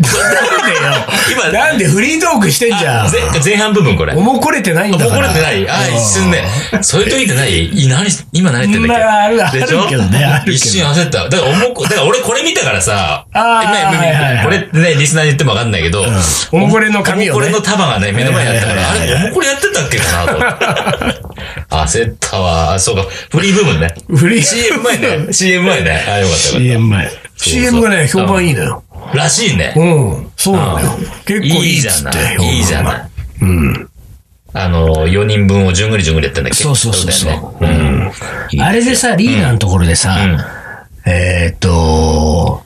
[SPEAKER 2] 今、
[SPEAKER 1] なんでフリートークしてんじゃん。
[SPEAKER 2] 前前半部分これ。
[SPEAKER 1] お
[SPEAKER 2] も
[SPEAKER 1] もこれてないんだ
[SPEAKER 2] う
[SPEAKER 1] から。
[SPEAKER 2] これてないあ、一瞬ね。そういう時ってないい何し今何やってんだっけ
[SPEAKER 1] まああるある
[SPEAKER 2] でしょ
[SPEAKER 1] けどねあるけど
[SPEAKER 2] 一瞬焦った。だから思うこ、だから俺これ見たからさ、
[SPEAKER 1] あー
[SPEAKER 2] 今
[SPEAKER 1] はいはいはい
[SPEAKER 2] これってね、リスナーに言っても分かんないけど、
[SPEAKER 1] おもこれの紙を
[SPEAKER 2] これ
[SPEAKER 1] ね
[SPEAKER 2] の。束がね、目の前にあったから、あ
[SPEAKER 1] はいはい
[SPEAKER 2] れ、おもこれやってたっけかなと思って。焦ったわ。あそうか。フリー部分ね。
[SPEAKER 1] フリー
[SPEAKER 2] CM 前 ね。CM 前ね。あ、よかったよ
[SPEAKER 1] CM 前。
[SPEAKER 2] うそう
[SPEAKER 1] CM がね、評判いいのよ。
[SPEAKER 2] かった。らしいね。
[SPEAKER 1] うん。そうなのよ。結構いいっ
[SPEAKER 2] じゃ
[SPEAKER 1] つっ
[SPEAKER 2] な
[SPEAKER 1] て。。
[SPEAKER 2] い。いいじゃないい。うん。あの、4人分をじゅんぐりじゅんぐりやってんだっけ
[SPEAKER 1] そうそうそうそう
[SPEAKER 2] だよねうん。
[SPEAKER 1] あれでさ、リーダーのところで
[SPEAKER 2] うん
[SPEAKER 1] さ、えーっと、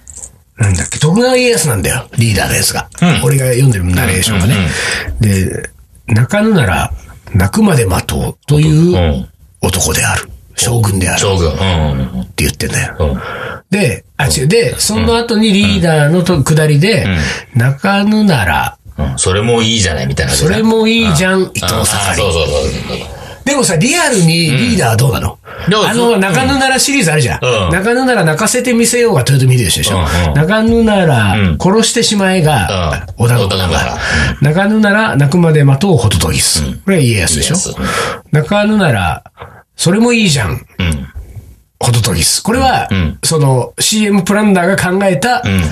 [SPEAKER 1] なんだっけ、徳川家康なんだよ。リーダーのやつが
[SPEAKER 2] う。ん
[SPEAKER 1] 俺が読んでるナレーションがね。で、泣かぬなら、泣くまで待とうという
[SPEAKER 2] うん
[SPEAKER 1] 男である。将軍であるっ
[SPEAKER 2] 将軍。うん
[SPEAKER 1] て言ってんだよ。
[SPEAKER 2] うん。うん。
[SPEAKER 1] で、あ、違う。で、その後にリーダーのと下りで、泣かぬなら、
[SPEAKER 2] うん。それもいいじゃないみたいな。
[SPEAKER 1] それもいいじゃん、伊
[SPEAKER 2] うん、
[SPEAKER 1] 藤
[SPEAKER 2] あ
[SPEAKER 1] さ
[SPEAKER 2] そ
[SPEAKER 1] ん
[SPEAKER 2] う。そうそうそう。
[SPEAKER 1] でもさ、リアルにリーダーはどうなの、
[SPEAKER 2] だから
[SPEAKER 1] あ
[SPEAKER 2] そ
[SPEAKER 1] の、
[SPEAKER 2] う
[SPEAKER 1] 中野ならシリーズあるじゃん。
[SPEAKER 2] うん
[SPEAKER 1] 中野なら泣かせてみせようが豊臣秀吉でしょ。
[SPEAKER 2] うんうん
[SPEAKER 1] 中野なら
[SPEAKER 2] うん
[SPEAKER 1] 殺してしまえが、
[SPEAKER 2] うん
[SPEAKER 1] 織田信
[SPEAKER 2] 織田
[SPEAKER 1] 長。
[SPEAKER 2] 信長
[SPEAKER 1] 中野なら泣くまで待とうホトトギス。これは家康でしょ。
[SPEAKER 2] 家康
[SPEAKER 1] 中野なら、それもいいじゃん。
[SPEAKER 2] うん。
[SPEAKER 1] ホトトギス。これは、
[SPEAKER 2] うん
[SPEAKER 1] その CM プランナーが考えた、
[SPEAKER 2] ん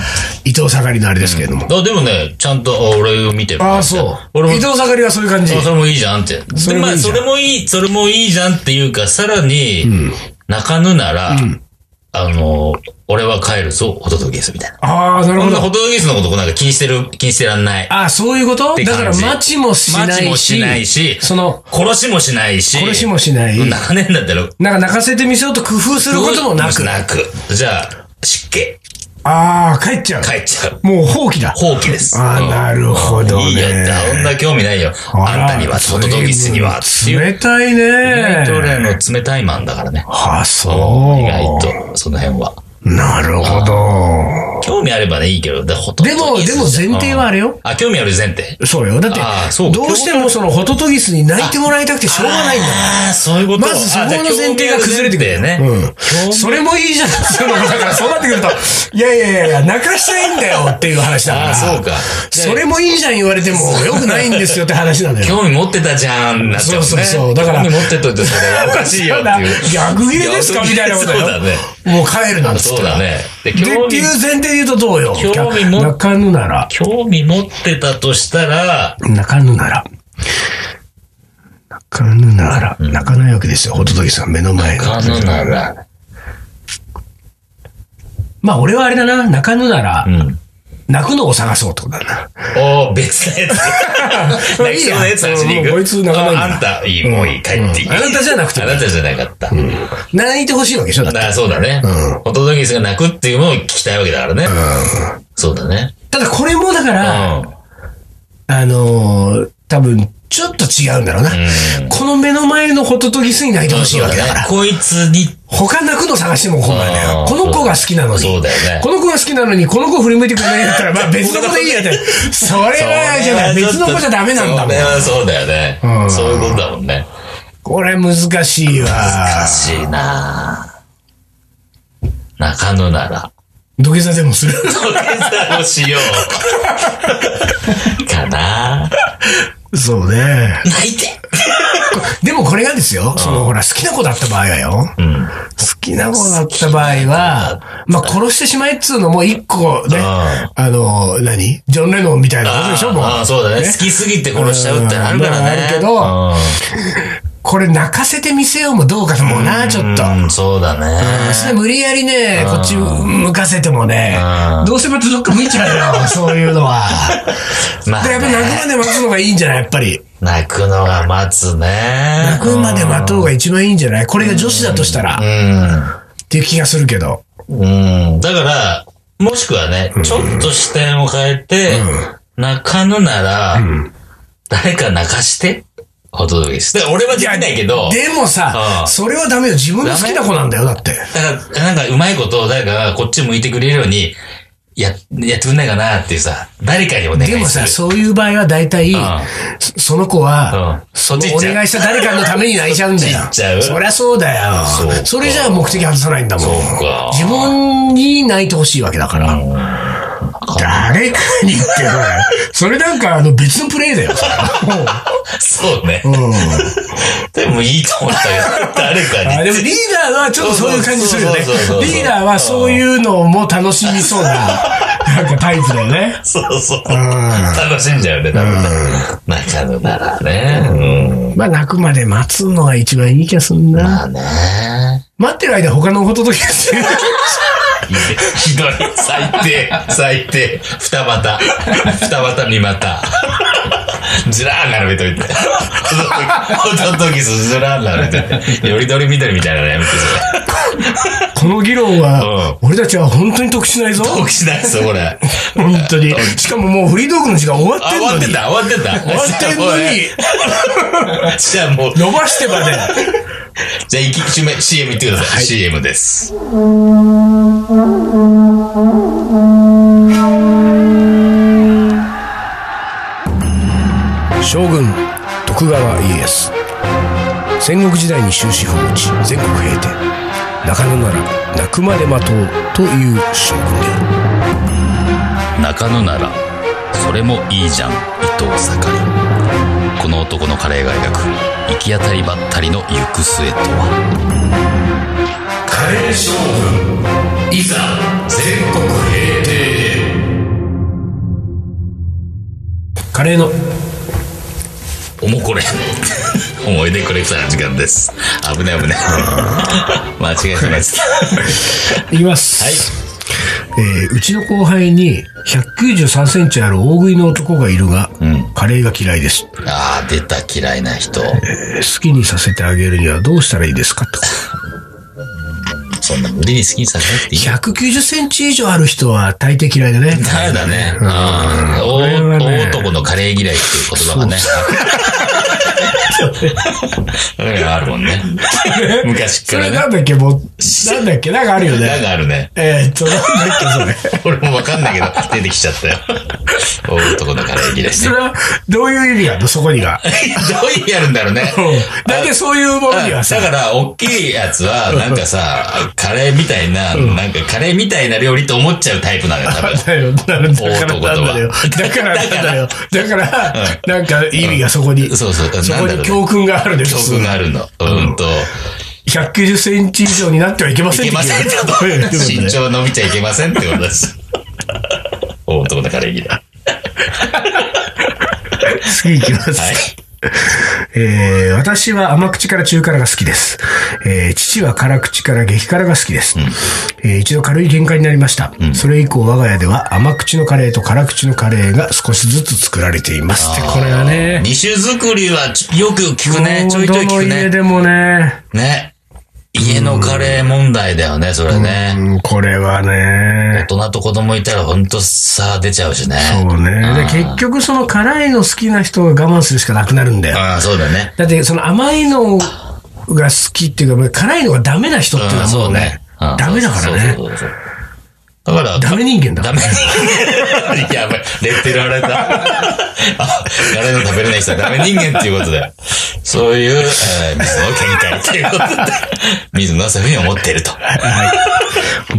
[SPEAKER 1] 伊藤盛りのあれですけれども。
[SPEAKER 2] あ、でもね、ちゃんとあ俺を見てる。
[SPEAKER 1] ああ、そう。
[SPEAKER 2] 俺も
[SPEAKER 1] 伊藤盛りはそういう感じ。
[SPEAKER 2] あそれもいいじゃんって。
[SPEAKER 1] それ
[SPEAKER 2] で、
[SPEAKER 1] も
[SPEAKER 2] ま
[SPEAKER 1] いい
[SPEAKER 2] あ、
[SPEAKER 1] じゃん
[SPEAKER 2] それもいい、それもいいじゃんっていうか、さらに、泣かぬなら、あの、俺は帰るぞ、ホトトギスみたいな。
[SPEAKER 1] ああ、なる
[SPEAKER 2] こ
[SPEAKER 1] ほ
[SPEAKER 2] んな
[SPEAKER 1] ど
[SPEAKER 2] ホ。トトギスのことなんか気にしてる、気にしてらんない。
[SPEAKER 1] あ、そういうこと
[SPEAKER 2] て
[SPEAKER 1] だから
[SPEAKER 2] 感じ
[SPEAKER 1] 待ちもしないし。
[SPEAKER 2] 待ちもしないし
[SPEAKER 1] その、
[SPEAKER 2] 殺しもしないし。
[SPEAKER 1] 殺しもしない。なん
[SPEAKER 2] 長年だったら、
[SPEAKER 1] か泣かせてみせようと工夫することもなく。
[SPEAKER 2] なく。じゃあ、失敬。
[SPEAKER 1] ああ、帰っちゃう。
[SPEAKER 2] 帰っちゃう。
[SPEAKER 1] もう放棄だ。
[SPEAKER 2] 放棄です。
[SPEAKER 1] あー
[SPEAKER 2] うん
[SPEAKER 1] なるほどね
[SPEAKER 2] いいよって、あんな興味ないよ。あんたには、
[SPEAKER 1] あら
[SPEAKER 2] ホトトギスには、っていう。
[SPEAKER 1] 冷たい
[SPEAKER 2] ねト
[SPEAKER 1] ね。
[SPEAKER 2] レの冷たいマンだからね。
[SPEAKER 1] あ、
[SPEAKER 2] 意
[SPEAKER 1] そ
[SPEAKER 2] 外と、その辺は。
[SPEAKER 1] う。なるほど。
[SPEAKER 2] 興味あればね、いいけど、でほとん
[SPEAKER 1] でも、
[SPEAKER 2] どいい
[SPEAKER 1] でも
[SPEAKER 2] す
[SPEAKER 1] 前提はあれよ。
[SPEAKER 2] あ、興味ある前提。
[SPEAKER 1] そうよ。だって
[SPEAKER 2] あーそう、
[SPEAKER 1] どうしてもそのホトトギスに泣いてもらいたくてしょうがないんだから。
[SPEAKER 2] ああ、そういうこと。
[SPEAKER 1] まずそこの前提が崩れてくる
[SPEAKER 2] よね。
[SPEAKER 1] うん。それもいいじゃん。そのだからそうなってくると、いやいやいや、泣かしたいんだよっていう話だから。
[SPEAKER 2] ああ、そうか。
[SPEAKER 1] それもいいじゃん言われても、よくないんですよって話なんだよ。
[SPEAKER 2] 興味持ってたじゃん、なっちゃうもん
[SPEAKER 1] そ
[SPEAKER 2] ね。
[SPEAKER 1] うそうそうだから
[SPEAKER 2] 興味持ってといてそれはおかしいよっていう。
[SPEAKER 1] 逆切れですかみたいなことよ
[SPEAKER 2] そうだね。
[SPEAKER 1] もう帰るなんつっ
[SPEAKER 2] そう
[SPEAKER 1] て。
[SPEAKER 2] だね。で、
[SPEAKER 1] で、
[SPEAKER 2] 興
[SPEAKER 1] って
[SPEAKER 2] 味
[SPEAKER 1] い、う前提で言うとどうよ。
[SPEAKER 2] 興味も
[SPEAKER 1] 泣かぬなら。
[SPEAKER 2] 興味持ってたとしたら、
[SPEAKER 1] 泣かぬなら。泣かぬなら。泣かないわけですよ、ホトトギスが目の前の。
[SPEAKER 2] 可能なら、
[SPEAKER 1] まあ、俺はあれだな。泣かぬなら
[SPEAKER 2] う、ん。
[SPEAKER 1] 泣くのを探そうってことだな。
[SPEAKER 2] おー、別のやつ。
[SPEAKER 1] まあ
[SPEAKER 2] 泣きそうなやつ走り に行
[SPEAKER 1] いいや
[SPEAKER 2] く。
[SPEAKER 1] もうこいつ泣かないんだ
[SPEAKER 2] ああんた、いい、もういい、帰っていい。
[SPEAKER 1] うんあなたじゃなくて
[SPEAKER 2] あなたじゃなかった。
[SPEAKER 1] 泣いてほしいわけでしょだって
[SPEAKER 2] だからそうだね。
[SPEAKER 1] うん
[SPEAKER 2] ホトトギスが泣くっていうのを聞きたいわけだからね。そうだね。
[SPEAKER 1] ただこれもだか
[SPEAKER 2] う
[SPEAKER 1] ら、
[SPEAKER 2] ん。
[SPEAKER 1] あのー多分、ちょっと違うんだろうな。
[SPEAKER 2] う
[SPEAKER 1] この目の前のホトトギスに泣いてほしいわけだ
[SPEAKER 2] そ
[SPEAKER 1] か
[SPEAKER 2] うだね
[SPEAKER 1] ら。
[SPEAKER 2] こいつに、
[SPEAKER 1] 他泣くの探しても困るんだ
[SPEAKER 2] う
[SPEAKER 1] よ
[SPEAKER 2] ん。
[SPEAKER 1] この子が好きなのに。
[SPEAKER 2] そうだよね
[SPEAKER 1] この子が好きなのに、この子振り向いてくれないんだったら、まあ別の子でいいやって。それは、じゃない。別の子じゃダメなんだも
[SPEAKER 2] それ
[SPEAKER 1] ん。
[SPEAKER 2] はそうだよね
[SPEAKER 1] う。ん
[SPEAKER 2] そういうことだもんね。
[SPEAKER 1] これ難しいわ。
[SPEAKER 2] 難しいな中野な ら。
[SPEAKER 1] 土下座でもする。
[SPEAKER 2] 土下座をしよ う。かな
[SPEAKER 1] そうね。
[SPEAKER 2] 泣いて
[SPEAKER 1] でもこれがですよ。その、ほら、好きな子だった場合はよ。
[SPEAKER 2] う
[SPEAKER 1] 好
[SPEAKER 2] ん。
[SPEAKER 1] きな子だった場合は、まあ、殺してしまえっつうのも一個ね、
[SPEAKER 2] あ
[SPEAKER 1] あの、何ジョン・レノンみたいなことでしょもう。
[SPEAKER 2] ああ、そうだね。好きすぎて殺しちゃうってなるから
[SPEAKER 1] うんまあ
[SPEAKER 2] ね。
[SPEAKER 1] あるけどこれ泣かせけど、これ泣かせてみせようもどうかと思うな、ちょっと。
[SPEAKER 2] うん、そうだね。
[SPEAKER 1] それ無理やりね、こっち向かせてもね
[SPEAKER 2] う、ん
[SPEAKER 1] どうせまたどっか向いち ゃうよ、そういうのは。
[SPEAKER 2] まあ
[SPEAKER 1] だからやっぱ
[SPEAKER 2] ね、
[SPEAKER 1] 泣くまで待つのがいいんじゃないやっぱり。
[SPEAKER 2] 泣くのが待つね。
[SPEAKER 1] 泣くまで待とうが一番いいんじゃないこれが女子だとしたら、っていう気がするけど。
[SPEAKER 2] うん。うん。だから、もしくはね、ちょっと視点を変えて、泣かぬなら、誰か泣かして、ほとどです。だから俺はできないけど、
[SPEAKER 1] でもさ
[SPEAKER 2] う、ん
[SPEAKER 1] それはダメよ。自分の好きな子なんだよ、だって。
[SPEAKER 2] だから、なんかうまいことを誰かがこっち向いてくれるように、や、やってくんないかなっていうさ、誰かにお願いする。
[SPEAKER 1] でもさ、そういう場合は大体、
[SPEAKER 2] ん
[SPEAKER 1] そその子は
[SPEAKER 2] うん、
[SPEAKER 1] その
[SPEAKER 2] そっち行
[SPEAKER 1] お
[SPEAKER 2] っちゃう
[SPEAKER 1] 願いした誰かのために泣いちゃうんだよ
[SPEAKER 2] そっち行っちゃ。う
[SPEAKER 1] そりゃそうだよ
[SPEAKER 2] そうか。
[SPEAKER 1] それじゃあ目的外さないんだもん
[SPEAKER 2] そうか。
[SPEAKER 1] 自分に泣いてほしいわけだから。誰かにってこれ。それなんかあの別のプレイだよ。そ れ
[SPEAKER 2] そうね。
[SPEAKER 1] うん
[SPEAKER 2] でもいいと思ったけど、誰
[SPEAKER 1] あ
[SPEAKER 2] かに。
[SPEAKER 1] でもリーダーはちょっとそういう感じするよね
[SPEAKER 2] そうそうそうそう。
[SPEAKER 1] リーダーはそういうのも楽しみそうな、なんかタイプだよね。
[SPEAKER 2] そうそう。
[SPEAKER 1] ん
[SPEAKER 2] 楽しんじゃうね、多分ね。泣かぬならね。
[SPEAKER 1] まあ泣くまで待つのが一番いい気がすん
[SPEAKER 2] うん。
[SPEAKER 1] な。
[SPEAKER 2] まあね。
[SPEAKER 1] 待ってる間他のことときがす る。
[SPEAKER 2] ひどい。最低。最低。二股。二股三股。ずらー並べといて。ほとんどギスずらー並べといて。よりどりみどりみたいなのやめてく
[SPEAKER 1] この議論は、俺たちは本当に得しないぞ。
[SPEAKER 2] れ。得しないっすよ、これ。
[SPEAKER 1] 本当に。しかももうフリードークの時間終わって
[SPEAKER 2] あ、
[SPEAKER 1] ん
[SPEAKER 2] 終
[SPEAKER 1] の
[SPEAKER 2] わっ
[SPEAKER 1] に。
[SPEAKER 2] てた、終わってた。終
[SPEAKER 1] 終わってんのに。、
[SPEAKER 2] じゃあもう、
[SPEAKER 1] 伸ばしてまで。
[SPEAKER 2] じゃあ、行き、締め CM 行ってください。CM です。
[SPEAKER 1] 将軍、徳川家康。戦国時代に終止符を打ち、全国平定。中野なら、泣くまで待とうという将軍である。
[SPEAKER 2] 中野ならそれもいいじゃん伊藤盛りこの男のカレーが描く行き当たりばったりの行く末とはカレー将軍いざ全国平定
[SPEAKER 1] カレーの、
[SPEAKER 2] おもこれ 思い出コレクターの時間です危ない危 ない間違えてないです
[SPEAKER 1] いきます。
[SPEAKER 2] はい
[SPEAKER 1] えーうちの後輩に193センチある大食いの男がいるが、
[SPEAKER 2] ん
[SPEAKER 1] カレーが嫌いです。
[SPEAKER 2] ああ出た嫌いな人
[SPEAKER 1] えー好きにさせてあげるにはどうしたらいいですかと。
[SPEAKER 2] そんな無理に好きにさせなくていい
[SPEAKER 1] 190センチ以上ある人は大抵嫌いだね。
[SPEAKER 2] 誰だね。うん。
[SPEAKER 1] これはね
[SPEAKER 2] 大男のカレー嫌いっていう言葉がね。が あるもんね。昔
[SPEAKER 1] そ
[SPEAKER 2] から
[SPEAKER 1] れ
[SPEAKER 2] ね。
[SPEAKER 1] なんだっけもう、なんだっけなんかあるよ
[SPEAKER 2] なん
[SPEAKER 1] ね。
[SPEAKER 2] かあるね。
[SPEAKER 1] えーっと、なんだっけそれ。
[SPEAKER 2] 俺もわかんないけど、出てきちゃったよ。大男だから駅です
[SPEAKER 1] そ
[SPEAKER 2] ね。
[SPEAKER 1] れは、どういう意味があるのそこにが。
[SPEAKER 2] どういう意味あるんだろうね。
[SPEAKER 1] だいたいそういうものには
[SPEAKER 2] だ
[SPEAKER 1] さ、
[SPEAKER 2] から、大きいやつは、なんかさ、カレーみたいな、なんかカレーみたいな料理と思っちゃうタイプなのよ、 多分。
[SPEAKER 1] だよ、だから、だからなんだよ。だからなんだよ。だから、なんか意味がそこに、そ
[SPEAKER 2] そうそう、なん
[SPEAKER 1] こ
[SPEAKER 2] だろ
[SPEAKER 1] に
[SPEAKER 2] うね。
[SPEAKER 1] 教訓があるで
[SPEAKER 2] 教
[SPEAKER 1] す
[SPEAKER 2] 訓。があるの。うんと、
[SPEAKER 1] 190センチ以上にな ってはいけません
[SPEAKER 2] いけませんってこ
[SPEAKER 1] っていうこと
[SPEAKER 2] と。
[SPEAKER 1] で
[SPEAKER 2] 身長伸びちゃいけませんってことです。大男だから駅だ。
[SPEAKER 1] 次行きます。
[SPEAKER 2] はい。
[SPEAKER 1] えー私は甘口から中辛が好きです。えー父は辛口から激辛が好きです。えー一度軽い喧嘩になりました、それ以降我が家では甘口のカレーと辛口のカレーが少しずつ作られています。って、これはね、
[SPEAKER 2] 二種作りはちよく聞くね。ちょいちょい
[SPEAKER 1] ど
[SPEAKER 2] 聞く
[SPEAKER 1] の家
[SPEAKER 2] ね。
[SPEAKER 1] でもね、
[SPEAKER 2] ね。家のカレー問題だよね、それね。
[SPEAKER 1] うん、これはね
[SPEAKER 2] 大、人と子供いたらほんと差出ちゃうしね。
[SPEAKER 1] そうね。で、結局その辛いの好きな人が我慢するしかなくなるんだよ。
[SPEAKER 2] ああ、そうだね。
[SPEAKER 1] だってその甘いのが好きっていうかもう、辛いのがダメな人っていうの
[SPEAKER 2] うん
[SPEAKER 1] はも
[SPEAKER 2] そううね
[SPEAKER 1] ね、。ダメだからね。
[SPEAKER 2] そうそうそうそうだから、
[SPEAKER 1] ダメ人間だ。
[SPEAKER 2] ダメ。やばい、レッテル貼られた。あ、誰の食べれない人はダメ人間っていうことだよ。そういう、えー、水の見解っていうことで、水野はそういうふうに思っていると。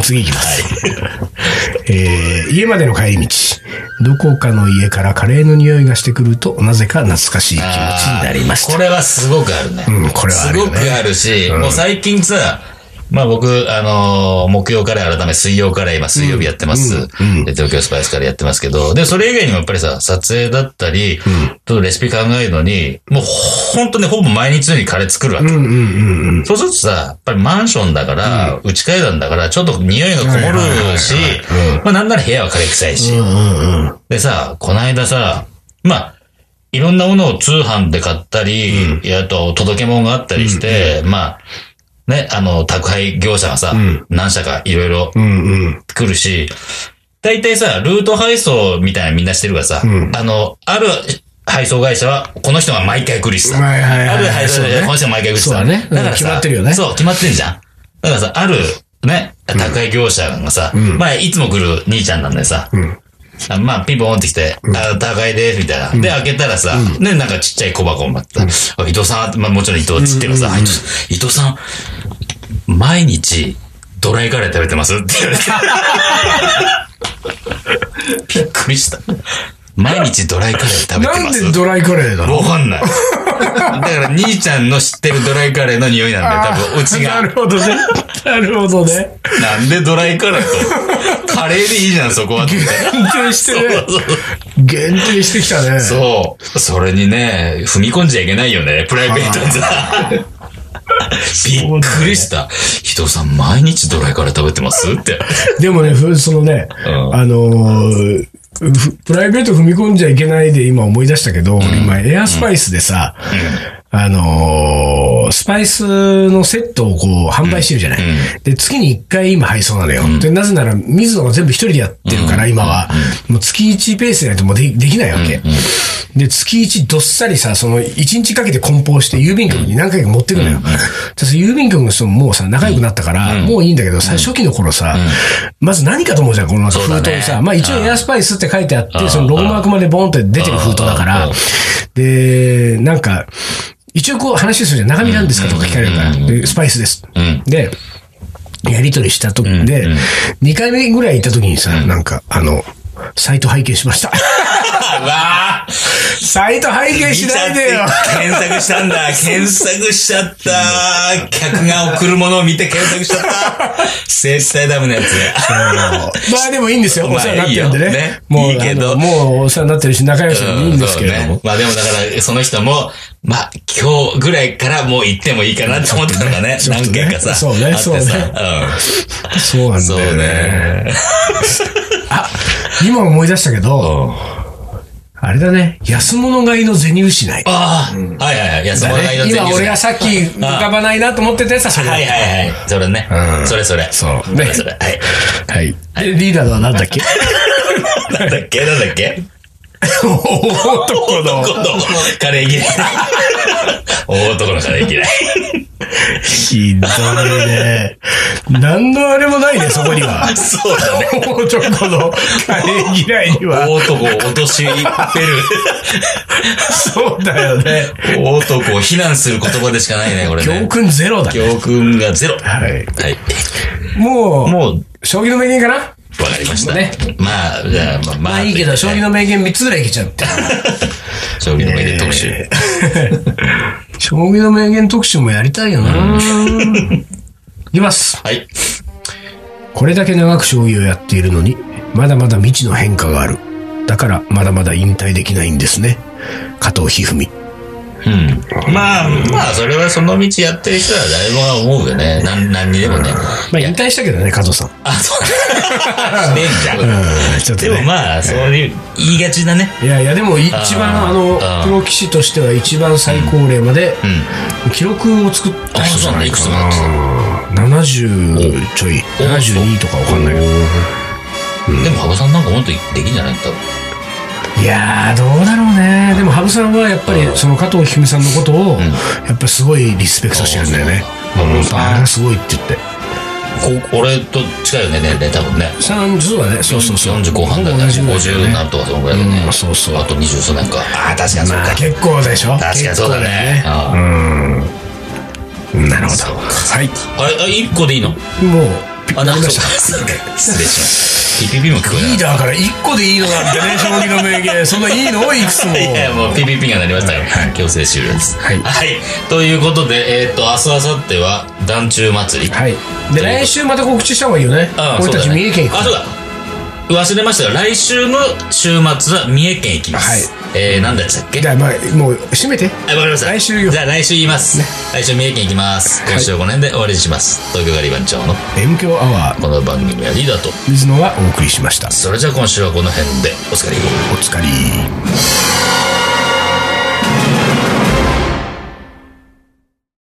[SPEAKER 1] 次行きます。えー家までの帰り道。どこかの家からカレーの匂いがしてくると、なぜか懐かしい気持ちになりました。
[SPEAKER 2] これはすごくあるね。
[SPEAKER 1] うんこれはあるよね
[SPEAKER 2] すごくあるし、もう最近さ、まあ僕、あのー木曜カレー改め水曜カレー、今水曜日やってます、で東京スパイスカレーやってますけど、で、それ以外にもやっぱりさ、撮影だったり、ちょっとレシピ考えるのに、もうほんとね、ほぼ毎日のようにカレー作るわけ。
[SPEAKER 1] うんうんうんうん。
[SPEAKER 2] そうするとさ、やっぱりマンションだから、打ち替えなんだから、ちょっと匂いがこもるし、まあなんなら部屋は枯れ臭いし。でさ、この間さ、まあ、いろんなものを通販で買ったり、いやあと届け物があったりして、まあ、ね、あの、宅配業者がさ、何社かいろいろ
[SPEAKER 1] うんうん。
[SPEAKER 2] 来るし、大体さ、ルート配送みたいなのみんなしてるからさ、あの、ある配送会社は、この人が毎回来るしさ、
[SPEAKER 1] はいはいはい
[SPEAKER 2] ある配送会社はこの人が毎回来るしさ、
[SPEAKER 1] そうだね
[SPEAKER 2] だからさ
[SPEAKER 1] 決まってるよね
[SPEAKER 2] そう、決まってるじゃん。だからさ、ある、ね、宅配業者がさ、まあ、いつも来る兄ちゃんなんでさ、あまあ、ピンポンってきて、あ、高いです、みたいな。で、開けたらさ、ね、なんかちっちゃい小箱もあった。あ伊藤さん、まあもちろん伊藤っつってもさ、あ伊藤さん伊藤さん、毎日、ドライカレー食べてますって言われて。びっくりした。毎日ドライカレー食べて
[SPEAKER 1] な
[SPEAKER 2] ま
[SPEAKER 1] ん
[SPEAKER 2] す
[SPEAKER 1] でドライカレーなの
[SPEAKER 2] わかんない。だから、兄ちゃんの知ってるドライカレーの匂いなんだよ、多分、うち
[SPEAKER 1] な
[SPEAKER 2] が
[SPEAKER 1] る。ほどね。なるほどね。
[SPEAKER 2] なんでドライカレーと。カレーでいいじゃん、そこは。みたい
[SPEAKER 1] 限
[SPEAKER 2] な
[SPEAKER 1] 定してね。
[SPEAKER 2] そう
[SPEAKER 1] 限定してきたね。
[SPEAKER 2] そう。それにね、踏み込んじゃいけないよね、プライベートにさ。びっくりした。ひとさん、毎日ドライカレー食べてま すって。
[SPEAKER 1] でもね、ふそのね、
[SPEAKER 2] うん
[SPEAKER 1] あのーふプライベート踏み込んじゃいけないで今思い出したけど、俺今エアスパイスでさ、あのースパイスのセットをこう販売してるじゃない。で、月に1回今配送なのよ。で、なぜなら水野が全部一人でやってるから、今は。もう月1ペースでないともうでできないわけ。で、月1どっさりさ、その1日かけて梱包して郵便局に何回か持ってくのよ。でその郵便局の人ももうさ、仲良くなったから、もういいんだけどさ、初期の頃さ、まず何かと思うじゃん、この
[SPEAKER 2] そうだ
[SPEAKER 1] 封
[SPEAKER 2] ね
[SPEAKER 1] 筒にさ。まあ一応エアスパイスって書いてあって、そのロゴマークまでボンって出てる封筒だか
[SPEAKER 2] う
[SPEAKER 1] ら
[SPEAKER 2] ん、
[SPEAKER 1] で、なんか、一応こう話するじゃん。中身なんですかとか聞かれるから。で、スパイスです。
[SPEAKER 2] うん
[SPEAKER 1] で、やりとりしたときで、2回目ぐらい行ったときにさ、なんか、あの、サイト拝見しま した。
[SPEAKER 2] うわー
[SPEAKER 1] サイト拝 見しないでよ。
[SPEAKER 2] 検索したんだ。検索しちゃった。客が送るものを見て検索しちゃ った。絶対ダメなやつね。
[SPEAKER 1] まあでもいいんですよ。
[SPEAKER 2] まあ
[SPEAKER 1] お世話になってるんで
[SPEAKER 2] いいよ
[SPEAKER 1] ね
[SPEAKER 2] ね。
[SPEAKER 1] もう
[SPEAKER 2] いいけど
[SPEAKER 1] あのもうお世話になってるし、仲良しでいいんですけれど
[SPEAKER 2] そうね
[SPEAKER 1] も。
[SPEAKER 2] まあでもだから、その人も、まあ今日ぐらいからもう行ってもいいかなって思ったのがね、
[SPEAKER 1] ちょっと
[SPEAKER 2] 何
[SPEAKER 1] ね
[SPEAKER 2] 件か さ。
[SPEAKER 1] そうね
[SPEAKER 2] あってさ
[SPEAKER 1] そうねそうなん
[SPEAKER 2] ん。そう
[SPEAKER 1] だよね。
[SPEAKER 2] ね。
[SPEAKER 1] あ、今思い出したけど、
[SPEAKER 2] うん
[SPEAKER 1] あれだね。安物買いの銭失い。
[SPEAKER 2] ああ、はいはいはい。安物買いの
[SPEAKER 1] 今俺が
[SPEAKER 2] は
[SPEAKER 1] さっき浮かばないなと思ってたやつはそれ
[SPEAKER 2] い
[SPEAKER 1] だ
[SPEAKER 2] はいはい。それね。それそれ。
[SPEAKER 1] そう
[SPEAKER 2] それそれ。はい。
[SPEAKER 1] はい。でリーダーのは何だっけ
[SPEAKER 2] なんだ っけなんだっけ
[SPEAKER 1] 男の。
[SPEAKER 2] 今度、カレー嫌い。大男のからいけない。
[SPEAKER 1] ひどいね。何のあれもないね、そこには。
[SPEAKER 2] そうだね。
[SPEAKER 1] 男のカレー嫌いに
[SPEAKER 2] 大
[SPEAKER 1] は。
[SPEAKER 2] 男を落としめる。
[SPEAKER 1] そうだよね。
[SPEAKER 2] 大男を非難する言葉でしかないね、これ
[SPEAKER 1] 教
[SPEAKER 2] ね。
[SPEAKER 1] 訓ゼロだ。
[SPEAKER 2] 教訓がゼロ。は
[SPEAKER 1] はい。
[SPEAKER 2] い。
[SPEAKER 1] もう、
[SPEAKER 2] もう、
[SPEAKER 1] 将棋の名言かな
[SPEAKER 2] わかりました。
[SPEAKER 1] ね
[SPEAKER 2] まあ、じゃあ、まあ、ま
[SPEAKER 1] ま
[SPEAKER 2] あ
[SPEAKER 1] あいいけど、将棋の名言3つぐらいいけちゃって。
[SPEAKER 2] 将棋の名言特集。
[SPEAKER 1] 将棋の名言特集もやりたいよな。いきます。
[SPEAKER 2] はい。
[SPEAKER 1] これだけ長く将棋をやっているのに、まだまだ未知の変化がある。だから、まだまだ引退できないんですね。加藤一二
[SPEAKER 2] うん。まあ、まあ、それはその道やってる人は誰もが思うよね。なん何にでもね。
[SPEAKER 1] 三。まあ、引退したけどね、加藤さん。
[SPEAKER 2] あ、そう だ。ねえんじゃん。
[SPEAKER 1] うん、ちょっと
[SPEAKER 2] でも
[SPEAKER 1] ね。
[SPEAKER 2] まあ、そういう、言いがちだね。
[SPEAKER 1] いやいや、でも一番、
[SPEAKER 2] あー
[SPEAKER 1] あの
[SPEAKER 2] あー、
[SPEAKER 1] プロ棋士としては一番最高齢まで、
[SPEAKER 2] うん。
[SPEAKER 1] 記録を作った人じゃないかな
[SPEAKER 2] あそ。
[SPEAKER 1] 70ちょい、72とかわかんないけど。
[SPEAKER 2] でも、羽生さんなんか本当にできんじゃない多分。
[SPEAKER 1] いやー、どうだろうね。でも、羽生さんはやっぱり、その加藤一二三のことを、やっぱりすごいリスペクトしてるんだよね。
[SPEAKER 2] あ
[SPEAKER 1] うん
[SPEAKER 2] そうなんだ
[SPEAKER 1] あれがすごいって言って。
[SPEAKER 2] こ俺と近いよね、年齢多分ね。
[SPEAKER 1] 30はね、そうそうそう。
[SPEAKER 2] 40後半だよね。
[SPEAKER 1] ほぼ同じぐらいだよね
[SPEAKER 2] 50なんとかそのぐらいだね。
[SPEAKER 1] うんそうそう
[SPEAKER 2] あと20数年か。ああ、確かにそう
[SPEAKER 1] ま
[SPEAKER 2] か
[SPEAKER 1] あ、。結構でしょ
[SPEAKER 2] 確かにそうだ
[SPEAKER 1] 結
[SPEAKER 2] ね。
[SPEAKER 1] 構
[SPEAKER 2] あ
[SPEAKER 1] だよねなるほど。
[SPEAKER 2] そうか
[SPEAKER 1] はい。
[SPEAKER 2] ああれ、あ1個でいいの
[SPEAKER 1] もう、
[SPEAKER 2] あ、
[SPEAKER 1] なりま
[SPEAKER 2] そう
[SPEAKER 1] し
[SPEAKER 2] か
[SPEAKER 1] た。
[SPEAKER 2] 失礼しました。ピピピも聞こえな
[SPEAKER 1] リ
[SPEAKER 2] い
[SPEAKER 1] ー。ダーから1個でいいのなんてね、将棋の名 言。そんないいのいくつも。
[SPEAKER 2] いや、もう PPP がなりましたよ。強制終了です。
[SPEAKER 1] はい
[SPEAKER 2] ということで、えっと、明日、明後日は、団中祭り。
[SPEAKER 1] はい。で、来週また告知した方がいいよね。
[SPEAKER 2] ああ
[SPEAKER 1] 俺たち
[SPEAKER 2] そうだね
[SPEAKER 1] 三重県行
[SPEAKER 2] あ、
[SPEAKER 1] く
[SPEAKER 2] そうだ。忘れましたが、来週の週末は三重県行きます。えー、何でしたっけ
[SPEAKER 1] じゃあ、まあ、もう、閉めて。
[SPEAKER 2] あわかりました。
[SPEAKER 1] 来週よ
[SPEAKER 2] じゃあ来週言います。来週三重県行きます。今週はこの辺で終わりにします。東京ガリバン長の
[SPEAKER 1] M 強アワ
[SPEAKER 2] この番組はリーダーと。
[SPEAKER 1] ー、水野はお送りしました。
[SPEAKER 2] それじゃあ今週はこの辺でお疲れ。
[SPEAKER 1] お疲れ。